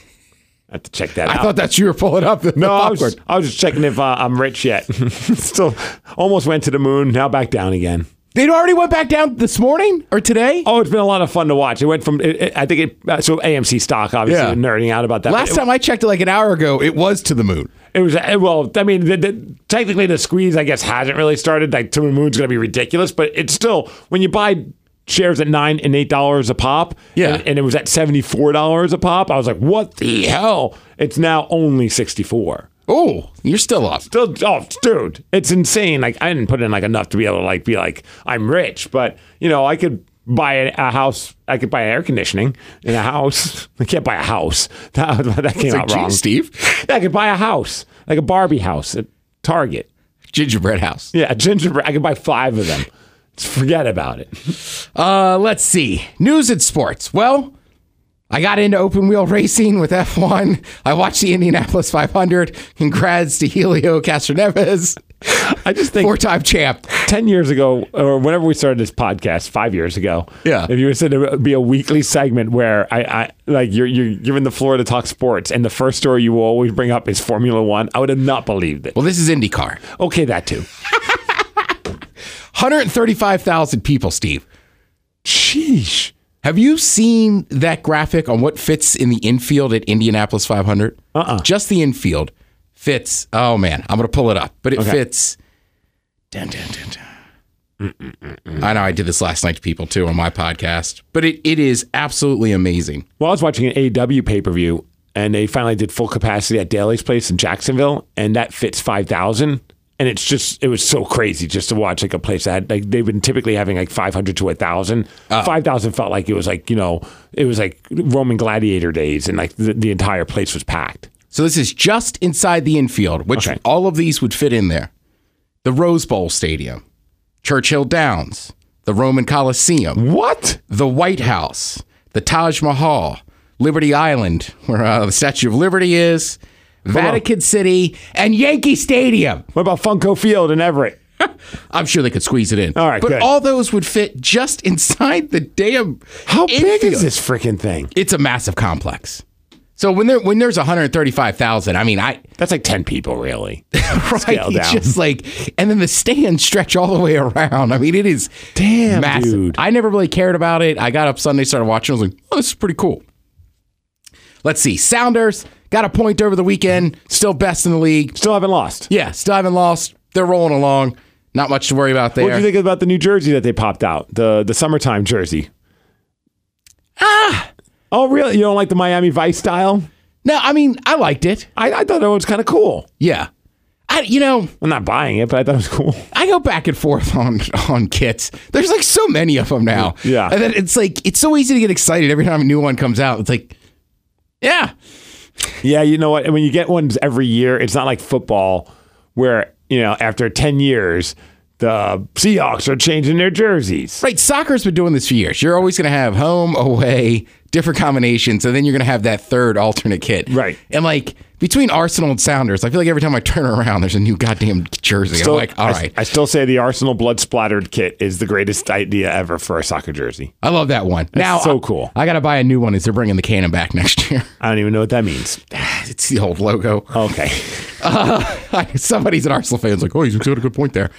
C: have to check that
D: I
C: out.
D: thought that's you were pulling up the, the
C: no, I was,
D: popcorn.
C: just, I was just checking if uh, I'm rich yet. Still, almost went to the moon. Now back down again.
D: They already went back down this morning or today?
C: Oh, it's been a lot of fun to watch. It went from it, it- I think it uh, so AMC stock obviously
D: Yeah.
C: nerding out about that. but
D: Last
C: it,
D: time I checked Oh, it like an hour ago, it was to the moon.
C: it was uh, well, I mean, the, the, technically the squeeze I guess hasn't really started. Like to the moon's going to be ridiculous, but it's still when you buy shares at nine and eight dollars a pop.
D: Yeah.
C: and, and it was at seventy four dollars a pop. I was like, what the hell? It's now only sixty four.
D: Oh, you're still up.
C: Still, oh, dude, it's insane. Like I didn't put in like enough to be able to like be like I'm rich, but you know I could buy a, a house. I could buy air conditioning in a house. I can't buy a house. That, that
D: It's
C: came
D: like,
C: out wrong.
D: "Geez, Steve.
C: Yeah, I could buy a house, like a Barbie house at Target.
D: Gingerbread house.
C: Yeah, a gingerbread. I could buy five of them. Forget about it.
D: Uh, let's see. News and sports. Well, I got into open wheel racing with F1. I watched the Indianapolis 500. Congrats to Helio Castroneves,
C: I just think
D: four time champ.
C: 10 years ago, or whenever we started this podcast, five years ago,
D: Yeah.
C: if you said it would be a weekly segment where I, I like you're, you're given the floor to talk sports, and the first story you will always bring up is Formula One, I would have not believed it.
D: Well, this is IndyCar.
C: Okay, that too.
D: 135,000 people, Steve.
C: Sheesh.
D: Have you seen that graphic on what fits in the infield at Indianapolis 500? Uh-uh. Just the infield fits. Oh man, I'm gonna pull it up, but it fits. Dun, dun, dun, dun. I know I did this last night to people too on my podcast, but it, it is absolutely amazing.
C: Well, I was watching an AW pay per view, and they finally did full capacity at Daly's place in Jacksonville, and that fits five thousand. And it's just it was so crazy just to watch like a place that had, like they've been typically having like five hundred to thousand. Five thousand felt like it was like you know it was like Roman gladiator days, and like the, the entire place was packed.
D: So this is just inside the infield, which
C: Okay.
D: all of these would fit in there. The Rose Bowl Stadium, Churchill Downs, the Roman Coliseum,
C: What?
D: the White House, the Taj Mahal, Liberty Island, where uh, the Statue of Liberty is, Vatican City, and Yankee Stadium.
C: What about Funko Field in Everett?
D: I'm sure they could squeeze it in.
C: All right,
D: but
C: good.
D: all those would fit just inside the damn.
C: How big
D: infield.
C: is this freaking thing?
D: It's a massive complex. So when there when there's 135,000, I mean, I
C: That's like ten people, really. Scale
D: it's
C: down.
D: just like, and then the stands stretch all the way around. I mean, it is
C: Damn,
D: massive.
C: dude.
D: I never really cared about it. I got up Sunday, started watching. I was like, oh, this is pretty cool. Let's see. Sounders got a point over the weekend. Still best in the league.
C: Still haven't lost.
D: Yeah, still haven't lost. They're rolling along. Not much to worry about there.
C: What do you think about the new jersey that they popped out? The the summertime jersey. Ah. Oh, really? You don't like the Miami Vice style?
D: no, I mean, I liked it.
C: I, I thought it was kind of cool.
D: Yeah. I, you know,
C: I'm not buying it, but I thought it was cool.
D: I go back and forth on on kits. There's like so many of them now.
C: Yeah.
D: and then it's like it's so easy to get excited every time a new one comes out. It's like, yeah,
C: Yeah, you know what? When you get ones every year, it's not like football where, you know, after 10 years, the Seahawks are changing their jerseys.
D: Right, soccer's been doing this for years. You're always going to have home, away, different combinations, and then you're going to have that third alternate kit.
C: Right.
D: And like between Arsenal and Sounders, I feel like every time I turn around, there's a new goddamn jersey. I'm like, all
C: I-
D: right,
C: I, still say the Arsenal blood splattered kit is the greatest idea ever for a soccer jersey.
D: I, love that one. now,
C: so
D: I-
C: cool.
D: I, got to buy a new one as they're bringing the cannon back next year.
C: I don't even know what that means.
D: it's the old logo.
C: Okay.
D: Somebody's an Arsenal fan's like, oh, he's got a good point there.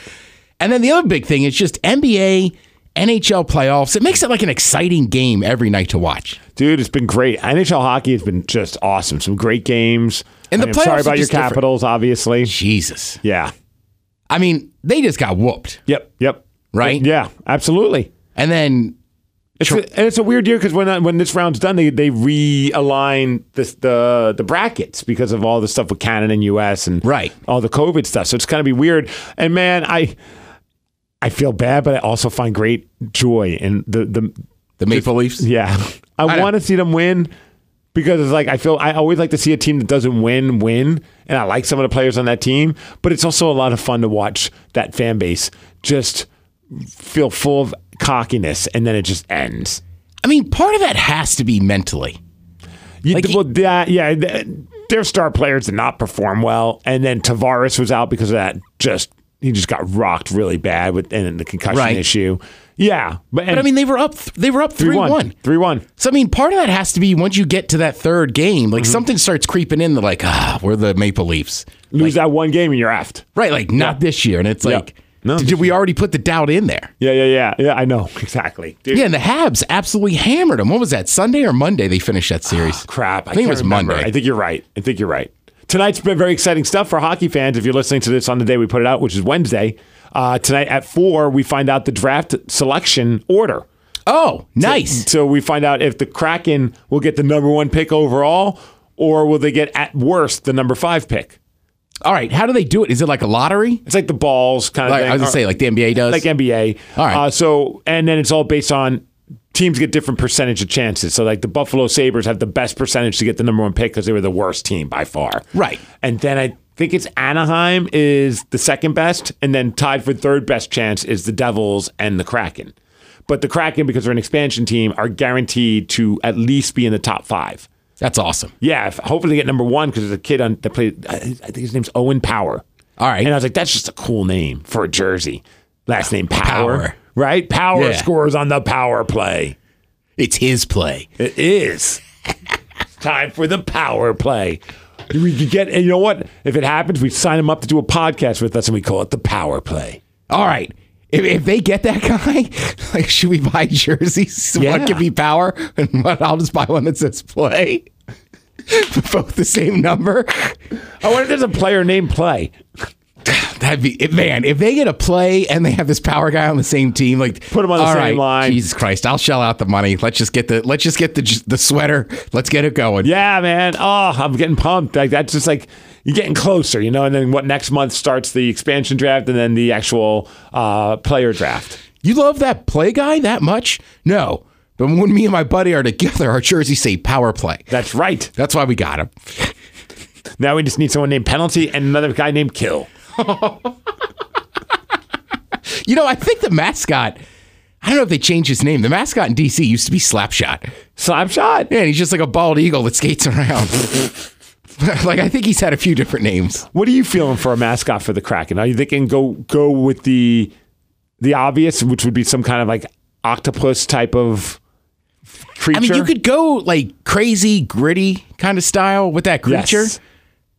D: And then the other big thing is just NBA, NHL playoffs. It makes it like an exciting game every night to watch.
C: Dude, it's been great. NHL hockey has been just awesome. Some great games.
D: And the
C: I mean, I'm
D: playoffs
C: sorry
D: are
C: about your
D: just different.
C: Capitals, obviously.
D: Jesus.
C: Yeah.
D: I mean, they just got whooped,
C: Yep. Yep.
D: right?
C: Yeah. Absolutely.
D: And then
C: It's a, and it's a weird year because when I- when this round's done, they they realign this, the the brackets because of all the stuff with Canada and U.S. and
D: Right.
C: all the COVID stuff. So it's gonna be weird. And man, I I feel bad, but I also find great joy in the the
D: the Maple Leafs.
C: Yeah. I,
D: know.
C: want to see them win because it's like I feel I always like to see a team that doesn't win win and I like some of the players on that team, but it's also a lot of fun to watch that fan base just feel full of cockiness and then it just ends.
D: I mean, part of that has to be mentally.
C: You,
D: Like he-
C: well, that, yeah, th- their star players did not perform well, and then Tavares was out because of that. Just he just got rocked really bad with and then the concussion
D: Right.
C: issue. Yeah, but,
D: But I mean, they were up. Th- they were up three one.
C: three one.
D: So I mean, part of that has to be once you get to that third game,
C: Mm-hmm.
D: like something starts creeping in. That like, ah, we're the Maple Leafs,
C: Lose that one game and you're aft.
D: right? Like, not this year. And it's
C: Yeah.
D: like,
C: No.
D: Did you- we already put the doubt in there?
C: Yeah, yeah, yeah, yeah. I know exactly. Dude,
D: Yeah, and the Habs absolutely hammered them. What was that? Sunday or Monday? They finished that series.
C: Ah, crap.
D: I, think it
C: can't
D: was
C: remember.
D: Monday.
C: I think you're right. I think you're right. Tonight's been very exciting stuff for hockey fans. If you're listening to this on the day we put it out, which is Wednesday, uh, tonight at four, we find out the draft selection order.
D: oh, nice.
C: So we find out if the Kraken will get the number one pick overall, or will they get at worst the number five pick?
D: All right. How do they do it? Is it like a lottery?
C: It's like the balls kind of.
D: Like,
C: thing.
D: I was
C: Or-
D: gonna say, like the NBA does.
C: uh, like NBA.
D: All right.
C: Uh, so and then it's all based on teams get different percentage of chances. So like the Buffalo Sabers have the best percentage to get the number one pick because they were the worst team by far.
D: Right.
C: And then I think it's Anaheim is the second best, and then tied for third best chance is the Devils and the Kraken. But the Kraken, because they're an expansion team, are guaranteed to at least be in the top five.
D: That's awesome.
C: Yeah, if, hopefully they get number one because there's a kid on that played. I I think his name's Owen Power.
D: All right.
C: and I was like, that's just a cool name for a jersey. Last name Power,
D: Power.
C: right? Power
D: Yeah.
C: scores on the power play.
D: It's his play.
C: It is time for the power play. We could get, and you know what? If it happens, we sign him up to do a podcast with us, and we call it the power play.
D: All right. If, if they get that guy, like, should we buy jerseys?
C: Yeah.
D: One could be power, and one, I'll just buy one that says play. Both the same number.
C: I wonder if there's a player named Play.
D: That'd be it, man. If they get a play and they have this power guy on the same team, like
C: Put him on the
D: all
C: same
D: right,
C: line.
D: Jesus Christ! I'll shell out the money. Let's just get the let's just get the the sweater. Let's get it going.
C: Yeah, man. Oh, I'm getting pumped. Like that's just like you're getting closer, you know. And then what next month starts the expansion draft, and then the actual uh, player draft.
D: You love that play guy that much? No, but when me and my buddy are together, our jerseys say power play.
C: That's right.
D: That's why we got him.
C: Now we just need someone named Penalty and another guy named Kill.
D: You know, I think the mascot. I don't know if they changed his name. The mascot in DC used to be Slapshot.
C: Slapshot.
D: Yeah, and he's just like a bald eagle that skates around. like I think he's had a few different names.
C: What are you feeling for a mascot for the Kraken? Are you thinking go go with the the obvious, which would be some kind of like octopus type of creature?
D: I mean, you could go like crazy, gritty kind of style with that
C: Yes.
D: creature,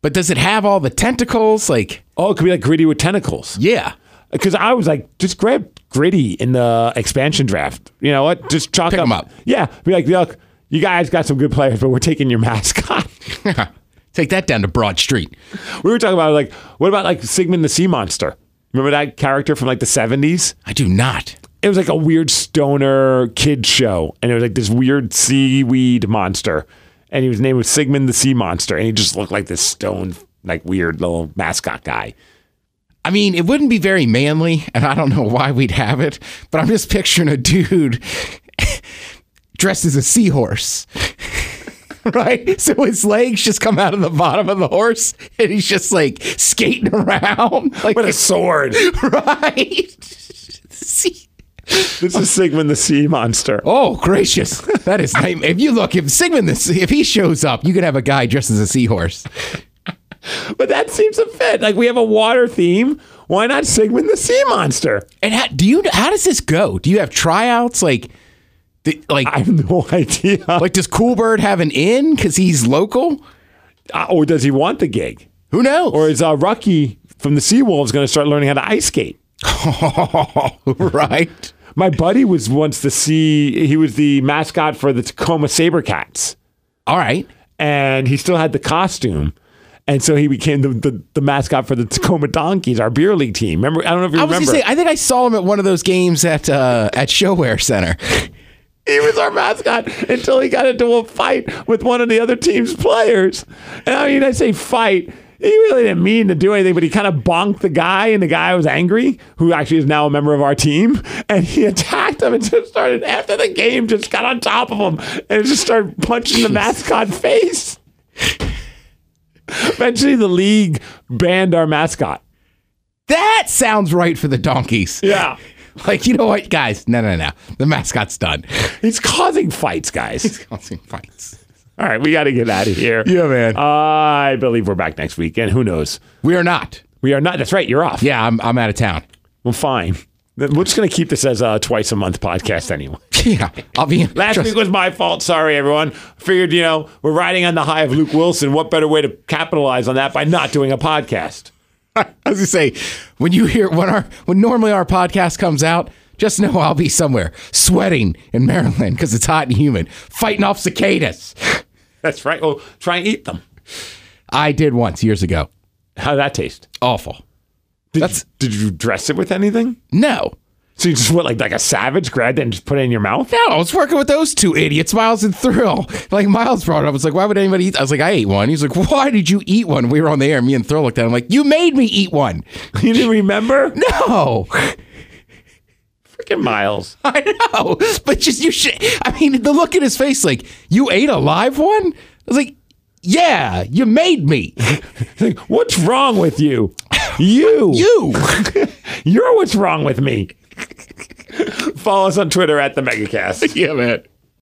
D: but does it have all the tentacles? Like,
C: Oh, it could be like gritty with tentacles.
D: yeah.
C: because I was like, just grab Gritty in the expansion draft. You know what? Just chalk
D: Pick
C: up.
D: 'em up.
C: Yeah, be like, look, you guys got some good players, but we're taking your mascot.
D: Take that down to Broad Street.
C: we were talking about like, what about like Sigmund the Sea Monster? Remember that character from like the seventies?
D: I do not.
C: It was like a weird stoner kid show, and it was like this weird seaweed monster, and his name was Sigmund the Sea Monster, and he just looked like this stone, like weird little mascot guy.
D: I mean, it wouldn't be very manly, and I don't know why we'd have it, but I'm just picturing a dude dressed as a seahorse. Right? So his legs just come out of the bottom of the horse and he's just like skating around. Like,
C: With a sword.
D: right? See?
C: this is Sigmund the Sea Monster.
D: Oh, gracious. That is night. If you look, if Sigmund, this, if he shows up, you could have a guy dressed as a seahorse.
C: But that seems to fit. Like we have a water theme. Why not Sigmund the Sea Monster?
D: And how, do you, how does this go? Do you have tryouts? Like, the, like,
C: I have no idea.
D: like does Cool Bird have an in because he's local?
C: Uh, or does he want the gig?
D: Who knows?
C: Or is uh, Rocky from the Seawolves going to start learning how to ice skate?
D: right.
C: My buddy was once the sea. He was the mascot for the Tacoma SaberCats,
D: All right.
C: and he still had the costume. And so he became the, the, the mascot for the Tacoma Donkeys, our beer league team. Remember? I don't know if you
D: I was
C: remember.
D: gonna say, I think I saw him at one of those games at uh, at Showwear Center.
C: he was our mascot until he got into a fight with one of the other team's players. And I mean, I say fight. He really didn't mean to do anything, but he kind of bonked the guy, and the guy was angry, who actually is now a member of our team. And he attacked him and just started, after the game, just got on top of him and just started punching the mascot face. Eventually, the league banned our mascot.
D: That sounds right for the donkeys.
C: Yeah.
D: Like, you know what, guys? No, no, no. The mascot's done.
C: He's causing fights, guys.
D: Constant fights.
C: All right, we got to get out of here.
D: Yeah, man.
C: I believe we're back next weekend. Who knows?
D: we are not.
C: We are not. That's right. You're off.
D: Yeah, I'm, I'm out of town.
C: Well, fine. Then We're just going to keep this as a twice a month podcast anyway.
D: Yeah, I'll be.
C: Last
D: trust-
C: week was my fault. Sorry, everyone. Figured, you know, we're riding on the high of Luke Wilson. What better way to capitalize on that by not doing a podcast?
D: As you say, when you hear when our when normally our podcast comes out, just know I'll be somewhere sweating in Maryland because it's hot and humid, fighting off cicadas.
C: That's right. Well, try and eat them.
D: I did once years ago.
C: How'd that taste?
D: Awful.
C: Did,
D: That's-
C: you, did you dress it with anything?
D: No.
C: So you just went like like a savage, grabbed it and just put it in your mouth?
D: No, I was working with those two idiots, Miles and Thrill. Like Miles brought it up. It's like, why would anybody eat? I was like, I ate one. He's like, why did you eat one? We were on the air. Me and Thrill looked at him like, you made me eat one.
C: You didn't remember?
D: No,
C: Freaking Miles.
D: I know. But just you should. I mean, the look in his face, like, you ate a live one? I was like, yeah, you made me.
C: Like, what's wrong with you? You.
D: You.
C: You're what's wrong with me. Follow us on Twitter at the Megacast.
D: yeah, man.